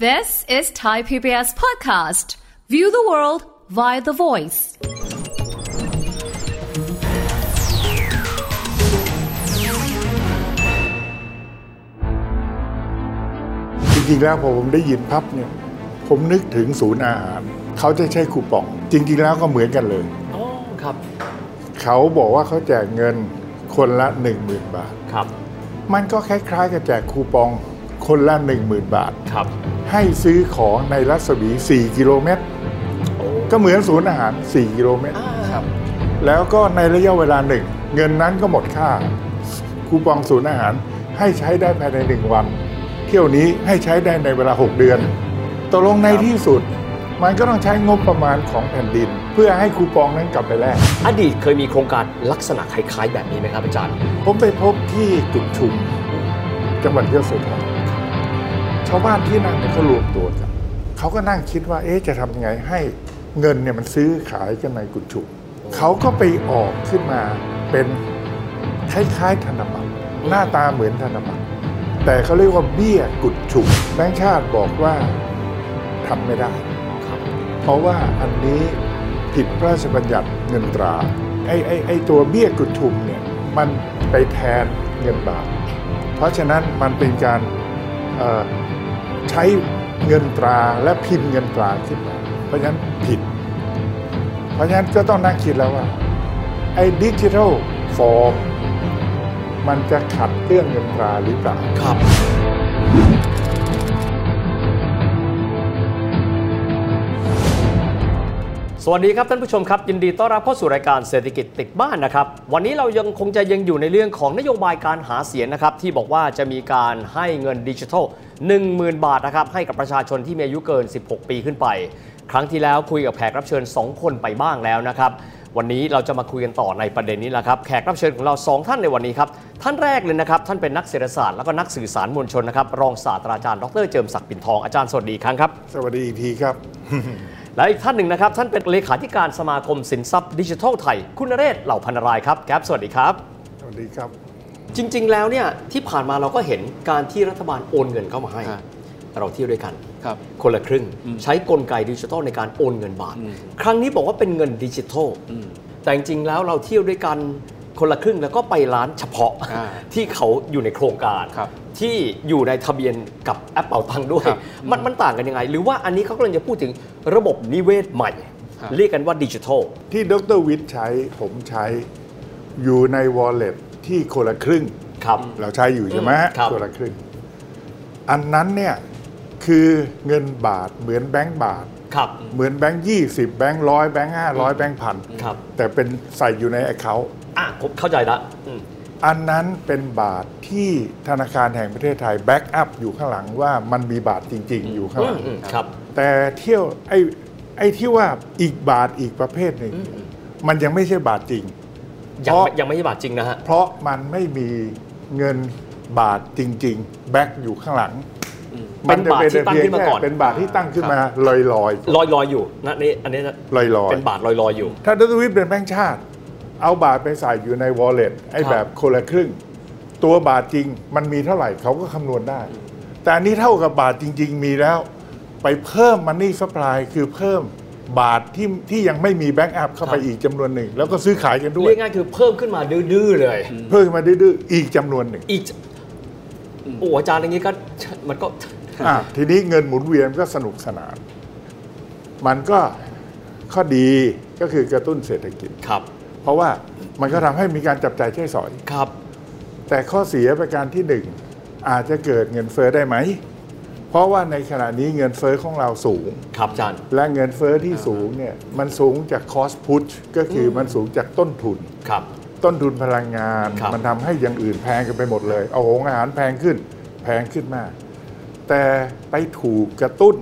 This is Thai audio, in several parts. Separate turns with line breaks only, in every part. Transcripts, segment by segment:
This is Thai PBS podcast. View the world via the voice.
จริงๆ แล้วพอผมได้ยินพับเนี่ย ผมนึกถึงศูนย์อาหาร เขาจะใช้คูปอง จริง ๆ แล้วก็เหมือนกันเลย
อ๋อครับ
เขาบอกว่าเขาแจกเงินคนละ 1 0,000 บาท
ครับ
มันก็คล้ายๆ กับแจกคูปองคนละ 1 0,000 บาท
ครับ
ให้ซื้อของในรัศมี 4 กิโลเมตร ก็เหมือนศูนย์อาหาร 4 กิโลเมตร
ครับ
แล้วก็ในระยะเวลาหนึ่ง เงินนั้นก็หมดค่า คูปองศูนย์อาหารให้ใช้ได้ภายในหนึ่งวัน เที่ยวนี้ให้ใช้ได้ในเวลา 6 เดือนตกลงในที่สุด มันก็ต้องใช้งบประมาณของแผ่นดิน เพื่อให้คูปองนั้นกลับไปแลก
อดีตเคยมีโครงการลักษณะคล้ายๆ แบบนี้ไหมครับอาจารย์
ผมไปพบที่จุดชุม จังหวัดยะโสธรชาวบ้านที่นั่นเนี่ยเขารวมตัวกันเขาก็นั่งคิดว่าเอ๊ะจะทำยังไงให้เงินเนี่ยมันซื้อขายกันในกุดชุมเขาก็ไปออกขึ้นมาเป็นคล้ายๆธนบัตรหน้าตาเหมือนธนบัตรแต่เขาเรียกว่าเบี้ยกุดชุมแบงค์ชาติบอกว่าทำไม่ได้
ครับ
เพราะว่าอันนี้ผิดพระราชบัญญัติเงินตราไอ้ไอ้ไอ้ตัวเบี้ยกุดชุมเนี่ยมันไปแทนเงินบาท เพราะฉะนั้นมันเป็นการเอ่อใช้เงินตราและพิมพ์เงินตราขึ้นมาเพราะฉะนั้นผิด เพราะฉะนั้นก็ต้องนั่งคิดแล้วว่าไอ้ดิจิทัลฟอร์มมันจะขัดเรื่องเงินตราหรือเปล่า
ครับสวัสดีครับท่านผู้ชมครับ ยินดีต้อนรับเข้าสู่รายการเศรษฐกิจติดบ้านนะครับ วันนี้เรายังคงจะยังอยู่ในเรื่องของนโยบายการหาเสียงนะครับ ที่บอกว่าจะมีการให้เงินดิจิทัล 10,000 บาทนะครับให้กับประชาชนที่มีอายุเกิน 16 ปีขึ้นไป ครั้งที่แล้วคุยกับแขกรับเชิญ 2 คนไปบ้างแล้วนะครับ วันนี้เราจะมาคุยกันต่อในประเด็นนี้แหละครับแขกรับเชิญของเรา 2 ท่านในวันนี้ครับ ท่านแรกเลยนะครับ ท่านเป็นนักเศรษฐศาสตร์แล้วก็นักสื่อสารมวลชนนะครับรองศาสตราจารย์ดรเจิมศักดิ์ปิ่นทองอาจารย์สวัสดีอีกครั้งครับ
สวัสดีอีกทีครับ
และอีกท่านหนึ่งนะครับ ท่านเป็นเลขาธิการสมาคมสินทรัพย์ดิจิทัลไทย คุณนเรศเหล่าพันรายครับแก๊ปสวัสดีครับ
สวัสดีครับ
จริง ๆ แล้วเนี่ยที่ผ่านมาเราก็เห็นการที่รัฐบาลโอนเงินเข้ามาให้
ครับ
เราเที่ยวด้วยกัน
ครับ
คนละครึ่ง ใช้กลไกดิจิทัลในการโอนเงินบาท ครั้งนี้บอกว่าเป็นเงินดิจิทัลแต่จริง ๆ แล้วเราเที่ยวด้วยกันคนละครึ่งแล้วก็ไปร้านเฉพาะ
อ่า
ที่เขาอยู่ในโครงการ
ครับ
ที่อยู่ในทะเบียนกับแอปเป่าตังค์ด้วย
ครับ
มันมันต่างกันยังไง หรือว่าอันนี้เขากำลังจะพูดถึงระบบนิเวศใหม่
ครับ
เรียกกันว่าดิจิทัล
ที่ดรวิทย์ใช้ผมใช้อยู่ใน wallet ที่คนละครึ่ง
ครับ
เราใช้อยู่ใช่ไหมฮะ
ครับ
คนละครึ่ง อันนั้นเนี่ยคือเงินบาทเหมือนแบงก์บาท
ครับ
เหมือนแบงค์ยี่สิบแบงค์ร้อยแบงค์ห้าร้อยแบงค์พัน
ครับ
แต่เป็นใส่อยู่ในแอคเคาท์
อ่ะผมเข้าใจละอืม
อันนั้นเป็นบาทที่ธนาคารแห่งประเทศไทยแบ็กอัพอยู่ข้างหลังว่ามันมีบาทจริง ๆ อยู่ข้าง
อื
ห
ม
ลัง
อืมครับ
แต่เที่ยวไอ้ไอ้ที่ว่าอีกบาทอีกประเภทหนึ่งมันยังไม่ใช่บาทจริง
ยัง
เพราะ
ไม่ยังไม่ใช่บาทจริงนะฮะ
เพราะมันไม่มีเงินบาทจริง ๆ แบ็กอยู่ข้างหลัง
เป็นบาทที่ตั้งขึ้นมาก่อน
เป็นบาทที่ตั้งขึ้นมาลอยลอย
ลอยลอยอยู่นะนี่อันนี้นะ
ลอยลอย
เป็นบาทลอยลอยอยู่
ถ้าดรวิทย์เป็นแบงค์ชาติ เอาบาทไปใส่อยู่ในวอลเล็ตไอ้
ครับ
แบบคนละครึ่ง ตัวบาทจริงมันมีเท่าไหร่เขาก็คำนวณได้ แต่อันนี้เท่ากับบาทจริง ๆ มีแล้ว ไปเพิ่มมันนี่สป라이คือเพิ่มบาทที่ที่ยังไม่มีแบงค์อัพเข้าไปอีกจำนวนหนึ่ง แล้วก็ซื้อขายกันด้วย
เรียกง่ายคือเพิ่มขึ้นมาดื้อๆเลย
เพิ่มมาดื้อๆอีกจำนวนหนึ่ง
อีกโอ้อาจารย์อย่างนี้ก็มันก็
อ่ะทีนี้เงินหมุนเวียนก็สนุกสนาน มันก็ข้อดีก็คือกระตุ้นเศรษฐกิจ
ครับ
เพราะว่ามันก็ทำให้มีการจับจ่ายใช้สอย
ครับ
แต่ข้อเสียประการที่หนึ่งอาจจะเกิดเงินเฟ้อได้ไหม เพราะว่าในขณะนี้เงินเฟ้อของเราสูง
ครับอาจารย์
และเงินเฟ้อที่สูงเนี่ยมันสูงจากคอสพุชก็คือมันสูงจากต้นทุน
ครับ
ต้นทุนพลังงาน
ครับ
มันทำให้อย่างอื่นแพงกันไปหมดเลย เอาโหงอาหารแพงขึ้น แพงขึ้นมาก แต่ไปถูกกระตุ้น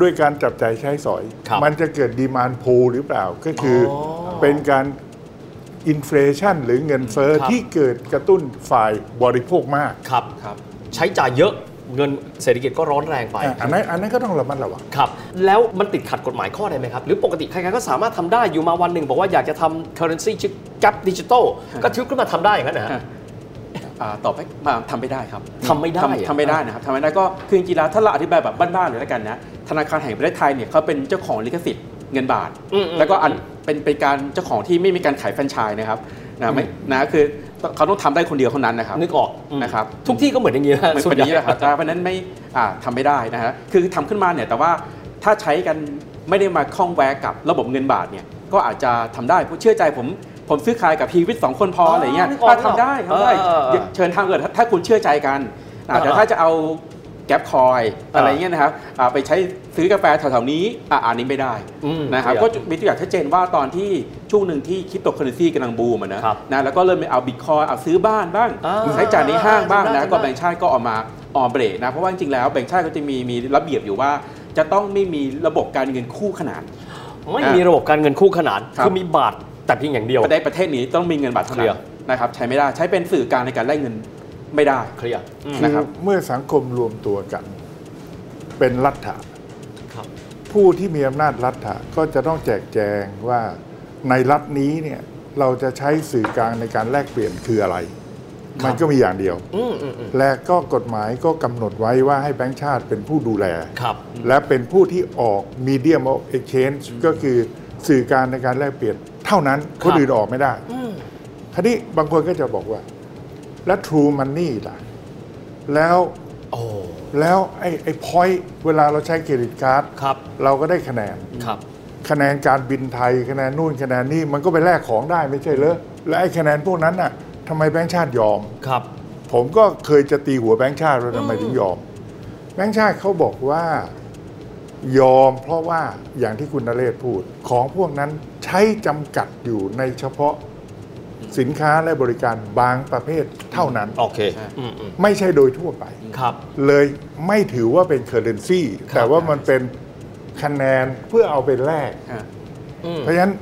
ด้วยการจับจ่ายใช้สอย
ครับ
มันจะเกิดดีมานโพหรือเปล่า ก็คืออ
อ
เป็นการอินฟลชันหรือเงินเฟอ้อ
ครับ
ที่เกิดกระตุ้นฝ่ายบริโภคมาก
ครับ
ครับ
ใช้จ่ายเยอะเงินเศรษฐกิจก็ร้อนแรงไป
อ่ะอันนั้นอันนั้นก็ต้องระมัดระวัง
ครับแล้วมันติดขัดกฎหมายข้อใดไหมครับ หรือปกติใครๆก็สามารถทำได้อยู่มาวันหนึ่งบอกว่าอยากจะทำ currency ชิปกับดิจิตอลก็ทึบขึ้นมาทำได้อย่างนั้นนะฮะ
อ่าตอบให้อ่าทำไม่ได้ครับ
ทำไม่ได้อะ
ทำไม่ได้นะครับทำไม่ได้ก็คือจริงๆแล้วถ้าเราอธิบายแบบบ้านๆเลยแล้วกันนะธนาคารแห่งประเทศไทยเนี่ยเขาเป็นเจ้าของลิขสิทธิ์เงินบาท
อืมๆ
แล้วก็อันเป็นเป็นการเจ้าของที่ไม่มีการขายแฟรนไชส์นะครับนะไม่นะคือเขาต้องทำได้คนเดียวเท่านั้นนะครับ
นึกออกอืม
นะครับ
ทุกที่ก็เหมือนอย่างนี้นะ
เหมือน
ส่ว
คน น
ใหญ่
นี้แหละครับแต่เพราะฉะนั้นไม่อ่าทำาไม่ได้นะฮะ คือทำขึ้นมาเนี่ยแต่ว่าถ้าใช้กันไม่ได้มาคล้องแวะกับระบบเงินบาทเนี่ยก็อาจจะทำได้ผมเชื่อใจผมผมซื้อขายกับพีวิทย์สองคนพอ
อ๋อ
อะไรเงี้ย
นึกออก
อ่ะทำได้ทำได้
เออเออ
เชิญทำเกิดถ้าคุณเชื่อใจกันอ่ะ
เออ
แต่ถ้าจะเอาแก๊ปคอย
เอออ
อะไรเงี้ยนะครับอ่ะไปใช้ซื้อกาแฟแถวๆนี้อ่ะอันนี้ไม่ได้
อืม
นะครับ
ไม่ได้
ก็มีตัวอย่างชัดเจนว่าตอนที่ช่วงหนึ่งที่คริปโตเคอเรนซีกำลังบูมอะนะครับ นะแล้วก็เริ่มเอาบิตคอยเอาซื้อบ้านบ้าง
อ่า
ใช้จ่ายในห้างบ้าง
จำได้
นะก็
จำได้
แบ่ง แบงค์ชาติก็ออกมาออกเบรกนะเพราะว่าจริงๆแล้วแบงค์ชาติก็จะมีมีระเบียบอยู่ว่า จะต้องไม่มีระบบการเงินคู่ขนาน
ไม่มีระบบการเงินคู่ขนาน
ครับ
คือมีบาทแต่เพียงอย่างเดียว
ประเทศประเทศนี้ต้องมีเงินบาทเท่านั้
เคลียร์
นนะครับใช้ไม่ได้ใช้เป็นสื่อกลารในการแลกเงินไม่ได้
เคลียร์อืม
นะครั
คื
บ
อเมื่อสังคมรวมตัวกัน เป็นรัฐะ
ครับ
ผู้ที่มีอำนาจรัฐะก็จะต้องแจกแจงว่าในรัฐนี้เนี่ยเราจะใช้สื่อกลางในการแลกเปลี่ยนคืออะไร มันก็มีอย่างเดียว
อืมอืมอืม
และก็กฎหมายก็กำหนดไว้ว่าให้แบงค์ชาติเป็นผู้ดูแล
ครับ
และเป็นผู้ที่ออก medium of exchange ก็คือสื่อการในการแลกเปลี่ยนเท่านั้น
ค
ครับ นอื่นออกไม่ได้ทีนี้บางคนก็จะบอกว่า แล้ว True Money ล่ะ แล้ว
โอ้
แล้วไอ้ไอ้ point เวลาเราใช้เครดิตการ์ด
ครับ
เราก็ได้คะแนน
ครับ
คะแนนการบินไทยคะแนนนู่นคะแนนนี่มันก็ไปแลกของได้ไม่ใช่เหรอและไอ้คะแนนพวกนั้นน่ะทำไมแบงค์ชาติยอม
ครับ
ผมก็เคยจะตีหัวแบงค์ชาติว่าทำไมถึงยอม แบงค์ชาติเขาบอกว่า ยอมเพราะว่าอย่างที่คุณนเรศพูด ของพวกนั้นใช้จำกัดอยู่ในเฉพาะสินค้าและบริการบางประเภทเท่านั้น
โอเค
ใช่
อืมอืม
ไม่ใช่โดยทั่วไป
ครับ
เลยไม่ถือว่าเป็นเคอร์เรนซีแต่ว่ามันเป็นคะแนนเพื่อเอาเป็นแลก
อ่า
เพราะฉะนั้น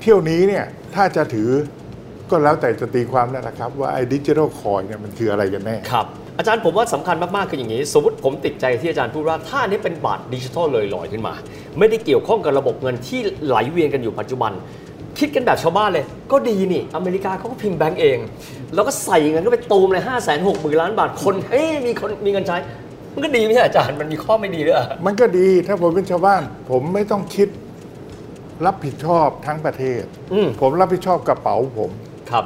เที่ยวนี้เนี่ยถ้าจะถือก็แล้วแต่จะตีความแล้วนะครับ ว่าไอ้ดิจิทัลคอยเนี่ยมันคืออะไรกันแน่
ครับ อาจารย์ผมว่าสำคัญมาก ๆ คืออย่างนี้ สมมติผมติดใจที่อาจารย์พูดว่าถ้าอันนี้เป็นบาทดิจิทัลเลยลอยขึ้นมา ไม่ได้เกี่ยวข้องกับระบบเงินที่ไหลเวียนกันอยู่ปัจจุบัน คิดกันแบบชาวบ้านเลย ก็ดีนี่ อเมริกาเขาก็พิมพ์แบงก์เอง แล้วก็ใส่เงินก็ไปตูมเลย5้าแสนหกหมื่นล้านบาทคนเฮ้ยมีคนมีเงินใช้ มันก็ดีไม่ใช่อาจารย์มันมีข้อไม่ดีด้วยเหรอ
มันก็ดีถ้าผมเป็นชาวบ้าน ผมไม่ต้องคิดรับผิดชอบทั้งประเทศ
อืม
ผมรับผิดชอบกระเป๋าผม
ครับ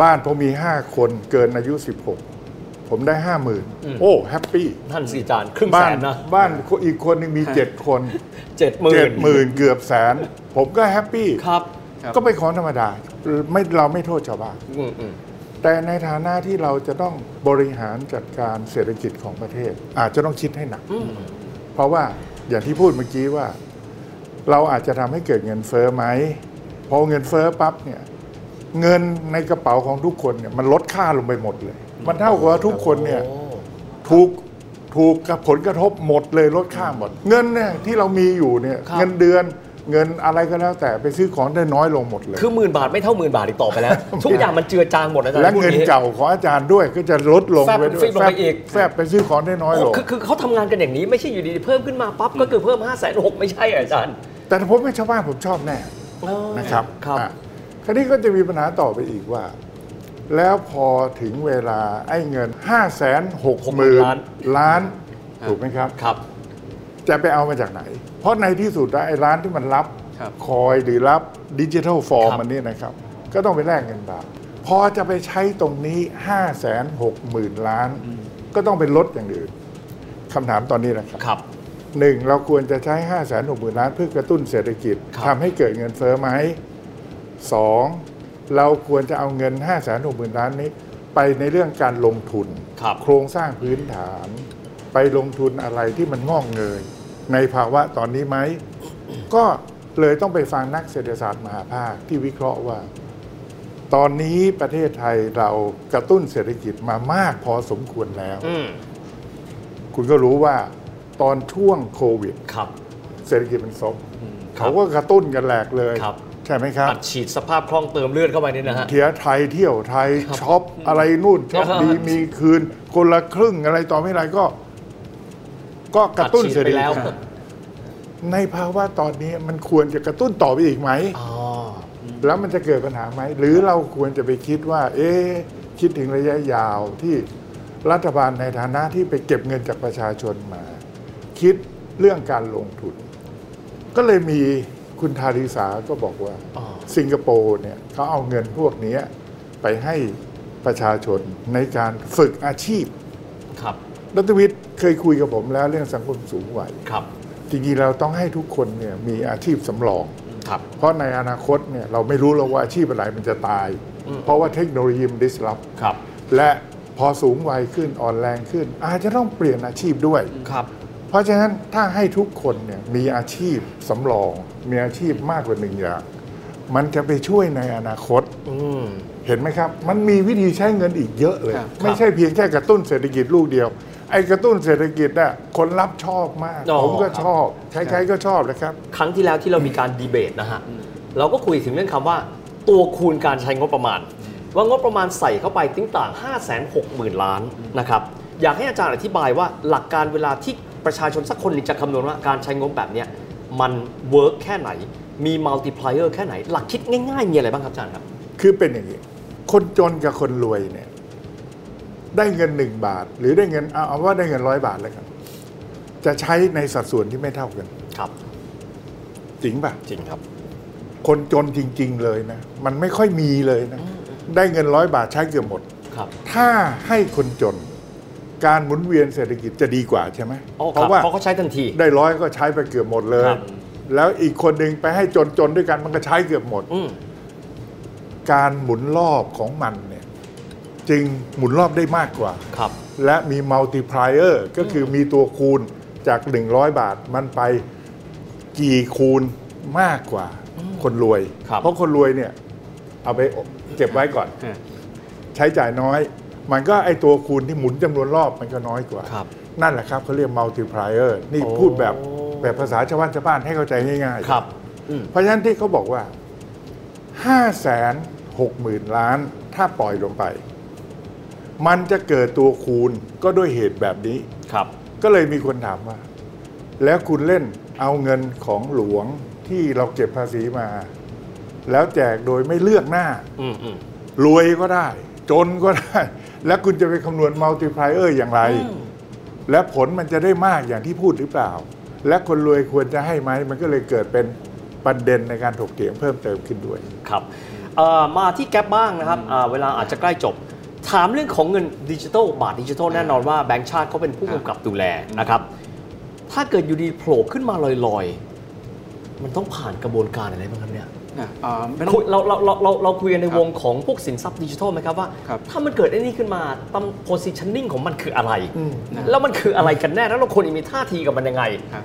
บ้านผมมี 5 คนเกินอายุ 16 ผมได้ 5 0,000 โอ้แฮปปี้
ท่านสี่อาจารย์ครึ่ง
บ้า
แส
น
นนะ
บ้านอีกคนหนึง มี 7 คน
เจ็ดหมื่น
เจ็ดหมื่นเกือบแสน ผมก็แฮปปี้
ครับ
ครับ
ก็เป็นของธรรมดาไม่เราไม่โทษชาวบ้าน
อืมอืม
แต่ในฐานะที่เราจะต้องบริหารจัดการเศรษฐกิจของประเทศ อาจจะต้องคิดให้หนัก เพราะว่าอย่างที่พูดเมื่อกี้ว่า เราอาจจะทำให้เกิดเงินเฟ้อไหมพอเงินเฟ้อปั๊บเนี่ยเงินในกระเป๋าของทุกคนเนี่ยมันลดค่าลงไปหมดเลย มันเท่ากับว่าทุกคนเนี่ยถูกถูกกับผลกระทบหมดเลยลดค่าหมด เงินเนี่ยที่เรามีอยู่เนี่ย
ครับ
เงินเดือนเงินอะไรก็แล้วแต่ไปซื้อของได้น้อยลงหมดเลย
คือหมื่นบาทไม่เท่าหมื่นบาทอีกต่อไปแล้ว ทุกอย่างมันเจือจางหมดอาจารย์
และ
พูด
เงิน
อย่า
เก่าของอาจารย์ด้วยก็จะลดลงไปด้วย
แฟบลงไปอีก
แฟบไปซื้อของได้น้อยลง
คือคือเขาทำงานกันอย่างนี้ไม่ใช่อยู่ดีๆเพิ่มขึ้นมาปั๊บก็คือเพิ่ม5้าแสนหกไม่ใช่เหรออาจารย์
แต่ถ้าผมเป็นชาวบ้านผมชอบแน่นะครับ
ครับ
อ่ะคราวนี้ก็จะมีปัญหาต่อไปอีกว่า แล้วพอถึงเวลาไอ้เงิน 5 6 0 0 0 0ล้าน ถูกไหมครับ
ครับ
จะไปเอามาจากไหน เพราะในที่สุดแล้วไอ้ร้านที่มันรับ
ครับ
คอยหรือรับดิจิทัลฟอร์ม
ครับ
มันเนี่ยนะครับ ก็ต้องไปแลกเงินบาท พอจะไปใช้ตรงนี้ 5 6 0 0 0 0 ล้าน ก็ต้องเป็นลดอย่างอื่นคำถามตอนนี้นะครับ
ครับ
หนึ่งเราควรจะใช้ 5 6 0 0 0 0 ล้านเพื่อกระตุ้นเศรษฐกิจ
ครับ
ทำให้เกิดเงินเฟ้อไหมสองเราควรจะเอาเงิน 5 6 0 0 0 0 ล้านนี้ ไปในเรื่องการลงทุน
ครับ
โครงสร้างพื้นฐาน ไปลงทุนอะไรที่มันงอกเงย ในภาวะตอนนี้ไหม ก็เลยต้องไปฟังนักเศรษฐศาสตร์มหาภาคที่วิเคราะห์ว่า ตอนนี้ประเทศไทยเรากระตุ้นเศรษฐกิจมามากพอสมควรแล้ว
อืม
คุณก็รู้ว่าตอนช่วงโควิด
ครับ
เศรษฐกิจมันซบเขาก็กระตุ้นกันแหลกเลย
ครับ
ใช่ไหมครับ
อัดฉีดสภาพคล่องเติมเลือดเข้าไปนี่นะฮะ
เที่ยวไทยเที่ยวไทยช็อปอะไรนู่นช็อปดีมีคืน คนละครึ่งอะไรต่อไม่อะไรก็ ก็กระตุ้นเศรษฐกิจ
อัดฉีดไปแล้ว
ครับในภาวะตอนนี้มันควรจะกระตุ้นต่อไปอีกไหม
อ๋อ
แล้วมันจะเกิดปัญหาไหม หรือเราควรจะไปคิดว่า เอ๊ะ คิดถึงระยะยาวที่รัฐบาลในฐานะที่ไปเก็บเงินจากประชาชนมา คิดเรื่องการลงทุน ก็เลยมีคุณธาริสาก็บอกว่า
อ๋อ
สิงคโปร์เนี่ยเขาเอาเงินพวกเนี้ยไปให้ประชาชนในการฝึกอาชีพ
ครับ
รัฐวิทย์เคยคุยกับผมแล้วเรื่องสังคมสูงวัย
ครับ
จริงๆเราต้องให้ทุกคนเนี่ยมีอาชีพสำรอง
ครับ
เพราะในอนาคตเนี่ยเราไม่รู้หรอกว่าอาชีพอะไรมันจะตาย เพราะว่าเทคโนโลยีมันดิสลอฟ
ครับ
และพอสูงวัยขึ้นอ่อนแรงขึ้น อาจจะต้องเปลี่ยนอาชีพด้วย
ครับ
เพราะฉะนั้นถ้าให้ทุกคนเนี่ยมีอาชีพสำรอง มีอาชีพมากกว่าหนึ่งอย่าง มันจะไปช่วยในอนาคต
อืม
เห็นไหมครับ มันมีวิธีใช้เงินอีกเยอะเลย
ครับ
ไม่ใช่เพียงแค่กระตุ้นเศรษฐกิจลูกเดียว ไอ้กระตุ้นเศรษฐกิจน่ะคนรับชอบมาก
อ๋อ
ผมก็
ครับ
ชอบ ใครๆก็ชอบนะครับ
ครั้งที่แล้วที่เรามีการดีเบตนะฮะ เราก็คุยถึงเรื่องคำว่า ตัวคูณการใช้งบประมาณ ว่างบประมาณใส่เข้าไปติ้งต่าง 5 6 0 0 0 0 ล้านนะครับ อยากให้อาจารย์อธิบายว่าหลักการเวลาที่ประชาชนสักคนหนึงจะคำนวณว่าการใช้งบแบบเนี้ยมันเวิร์กแค่ไหน มีมัลติพลายเออร์แค่ไหน หลักคิดง่ายๆ มีอะไรบ้างครับอาจารย์ครับ
คือเป็นอย่างนี้ คนจนกับคนรวยเนี่ย ได้เงินหนึ่งบาท หรือได้เงินเอาเอาว่าได้เงินร้อยบาทแล้วกัน จะใช้ในสัดส่วนที่ไม่เท่ากัน
ครับ
จริงป่ะ
จริงครับ
คนจนจริง ๆ เลยนะ มันไม่ค่อยมีเลยนะ ได้เงินร้อยบาทใช้เกือบหมด
ครับ
ถ้าให้คนจน การหมุนเวียนเศรษฐกิจจะดีกว่าใช่ไหม
โอ้ครับเพราะเขาใช้ทันที
ได้ร้อยก็ใช้ไปเกือบหมดเลย
ครับ
แล้วอีกคนหนึ่งไปให้จนจนๆด้วยกันมันก็ใช้เกือบหมด
อืม
การหมุนรอบของมันเนี่ยจึงหมุนรอบได้มากกว่า
ครับ
และมีมัลติพลายเออร์ก็คือมีตัวคูณจาก 100 บาทมันไปกี่คูณมากกว่า คนรวย
ครับ
เพราะคนรวยเนี่ย เอาไปเก็บไว้ก่อน
เออ
ใช้จ่ายน้อย มันก็ไอตัวคูณที่หมุนจำนวนรอบมันก็น้อยกว่า
ครับ
นั่นแหละครับเขาเรียกมัลติพลายเออร์นี่
โอ้
พูดแบบแบบภาษาชาวบ้านชาวบ้านให้เข้าใจง่ายๆ
ครับ อืม
เพราะฉะนั้นที่เขาบอกว่า 5 6 0 0 0 0 ล้าน ถ้าปล่อยลงไป มันจะเกิดตัวคูณก็ด้วยเหตุแบบนี้
ครับ
ก็เลยมีคนถามว่า แล้วคุณเล่นเอาเงินของหลวงที่เราเก็บภาษีมา แล้วแจกโดยไม่เลือกหน้า
อืมอืม
รวยก็ได้ จนก็ได้ แล้วคุณจะไปคำนวณมัลติพลายเออร์อย่างไร
อืม
และผลมันจะได้มากอย่างที่พูดหรือเปล่า และคนรวยควรจะให้ไหม มันก็เลยเกิดเป็นประเด็นในการถกเถียงเพิ่มเติมขึ้นด้วย
ครับเอ่อมาที่แก๊ปบ้างนะครับอ่าเวลาอาจจะใกล้จบ ถามเรื่องของเงินดิจิทัลบาทดิจิทัลแน่นอนว่าแบงก์ชาติเขาเป็นผู้กำกับดูแลนะครับ ถ้าเกิดอยู่ดีโผล่ขึ้นมาลอยๆ มันต้องผ่านกระบวนการอะไรบ้างครับเนี่ย
นะอ่าไม่ต้อง
คุยเราเราเราเราเราคุยกันใน
ครับ
วงของพวกสินทรัพย์ดิจิทัลไหมครับว่า
ครับ
ถ้ามันเกิดไอ้นี่ขึ้นมาตำ positioning ของมันคืออะไร
อืม
แล้วมันคืออะไรกันแน่แล้วเราควรจะมีท่าทีกับมันยังไง
ครับ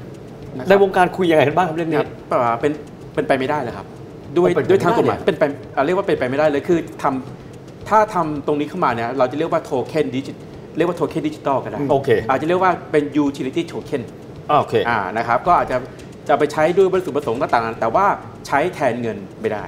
ะครับ
ในวงการคุยยังไงกันบ้างครับเรื่อง
ค
นี้
รับเปล่าเป็นเป็นไปไม่ได้เลยครับ ด้วย
เป็นไป
ด้วยทาง
ไม่
ก
ได้
ฎหมาย
เลย
เป็นไปอ่าเรียกว่าเป็นไปไม่ได้เลยคือทำถ้าทำตรงนี้เข้ามาเนี่ยเราจะเรียกว่าโทเค็นดิจิเรียกว่าโทเค็นดิจิตอลก็ได้
โอเค
อาจจะเรียกว่าเป็นยูทิลิตี้โทเค็น
อ่าโอเค
อ่านะครับก็อาจจะจะไปใช้ด้วยวัตถุประสงค์ต่างๆ แต่ว่าใช้แทนเงินไม่ได้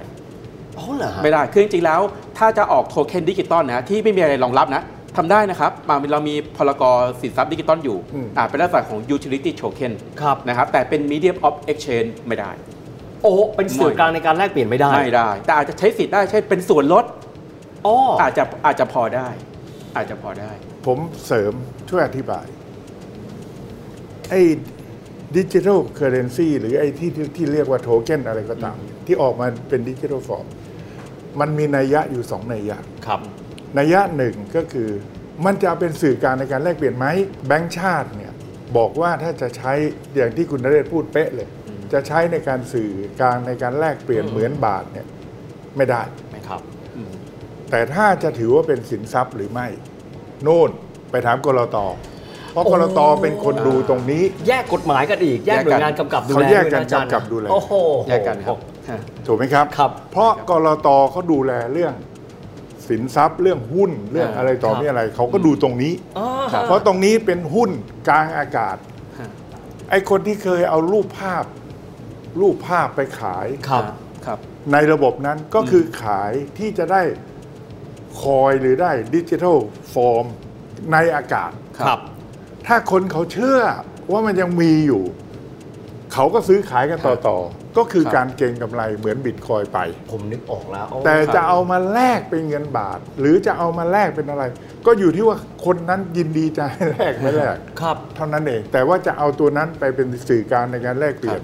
อ๋อเหรอฮะ
ไม่ได้ คือจริงๆ แล้วถ้าจะออกโทเค็นดิจิตอลนะที่ไม่มีอะไรรองรับนะทำได้นะครับมาเรามีพรกรสินทรัพย์ดิจิตอลอยู่
อืม
อ่าเป็นลักษณะของ utility token
ครับ
นะครับแต่เป็น medium of exchange ไม่ได้
โอ้เป็นสื่อกลางในการแลกเปลี่ยนไม่ได้
ไม่ได้ แต่อาจจะใช้สิทธิ์ได้เช่นเป็นส่วนลด
อ๋ออ
อาจจะอาจจะพอได้ อาจจะพอได้
ผมเสริมช่วยอธิบาย ไอ้ดิจิทัลเคอเรนซีหรือไอ้ที่ที่ที่เรียกว่าโทเก้นอะไรก็ตาม ที่ออกมาเป็นดิจิทัลฟอร์ม มันมีนัยยะอยู่สองนัยยะ
ครับ
นัยยะหนึ่งก็คือมันจะเป็นสื่อกลารในการแลกเปลี่ยนไหมแบงก์ชาติเนี่ยบอกว่าถ้าจะใช้อย่างที่คุณนเรศพูดเป๊ะเลย จะใช้ในการสื่อกลางในการแลกเปลี่ยนเหมือนบาทเนี่ยไม่ได้
ไม่ครับ
แต่ถ้าจะถือว่าเป็นสินทรัพย์หรือไม่โน่นไปถามกรตเพราะกรตเป็นคนดูตรงนี้
แยกกฎหมายกันอีก แยกหน่วยงานกำกับดูแล
เขาแยกกัน
วะอจร
กำกับดูแล
โอ้โห
แยกกันครับฮะ
ถูกไหมครับ
ครับ
เพราะกรตเขาดูแลเรื่องสินทรัพย์เรื่องหุ้นเรื่อง
อ่า
อะไรต่อมีอะไรเขาก็ดูตรงนี้
อ๋อ
ครับ
เพราะตรงนี้เป็นหุ้นกลางอากาศ
ฮะ
ไอ้คนที่เคยเอารูปภาพ รูปภาพไปขาย
ครับ
ครับ
ในระบบนั้นก็คือขายที่จะได้คอยหรือได้ดิจิทัลฟอร์มในอากาศ
ครับ
ถ้าคนเขาเชื่อว่ามันยังมีอยู่ เขาก็ซื้อขายกันต่อ ก็คือ
ครับ
การเก็งกำไรเหมือนบิตคอยน์ไป
ผมนึกออกแล้วอ๋อ
แต่จะเอามาแลกเป็นเงินบาท หรือจะเอามาแลกเป็นอะไร ก็อยู่ที่ว่าคนนั้นยินดีจะให้แลกไม่แลก
ครับ
เท่านั้นเอง แต่ว่าจะเอาตัวนั้นไปเป็นสื่อกลางในการแลกเปลี่ยน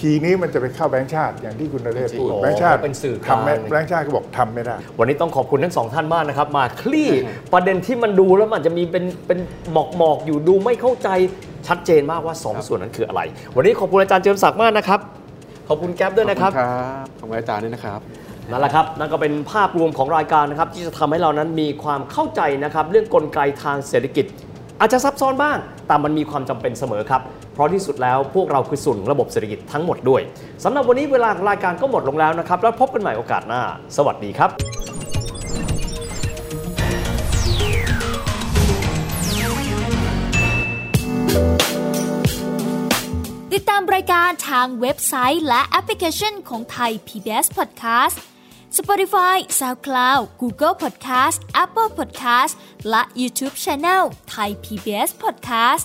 ทีนี้มันจะไปเข้าแบงค์ชาติอย่างที่คุณนเรศพูด
จริงๆ
แบงค์ชาติ
เป็นสื่อกลาง
ทำไม่แบงค์ชาติก็บอกทำไม่ได้
วันนี้ต้องขอบคุณทั้งสองท่านมากนะครับ มาคลี่ประเด็นที่มันดูแล้วมันจะมีเป็นเป็นหมอกหมอกๆอยู่ดูไม่เข้าใจชัดเจนมากว่า 2 ส่วนนั้นคืออะไร วันนี้ขอบคุณอาจารย์เจิมศักดิ์มากนะครับ ขอบคุณแก๊ปด้วยนะครับ
ขอณครับขอบคุณอาจารย์ด้วยนะครับ
นั่นแหละครับนั่นก็เป็นภาพรวมของรายการนะครับ ที่จะทำให้เรานั้นมีความเข้าใจนะครับ เรื่องกลไกทางเศรษฐกิจ อาจจะซับซ้อนบ้าง แต่มันมีความจำเป็นเสมอครับ เพราะที่สุดแล้วพวกเราคือส่วนของระบบเศรษฐกิจทั้งหมดด้วยสำหรับวันนี้เวลาของรายการก็หมดลงแล้วนะครับ แล้วพบกันใหม่โอกาสหน้า สวัสดีครับ
ติดตามรายการทางเว็บไซต์และแอปพลิเคชันของไทย PBS Podcast Spotify SoundCloud Google Podcast Apple Podcast และ YouTube Channel Thai PBS Podcast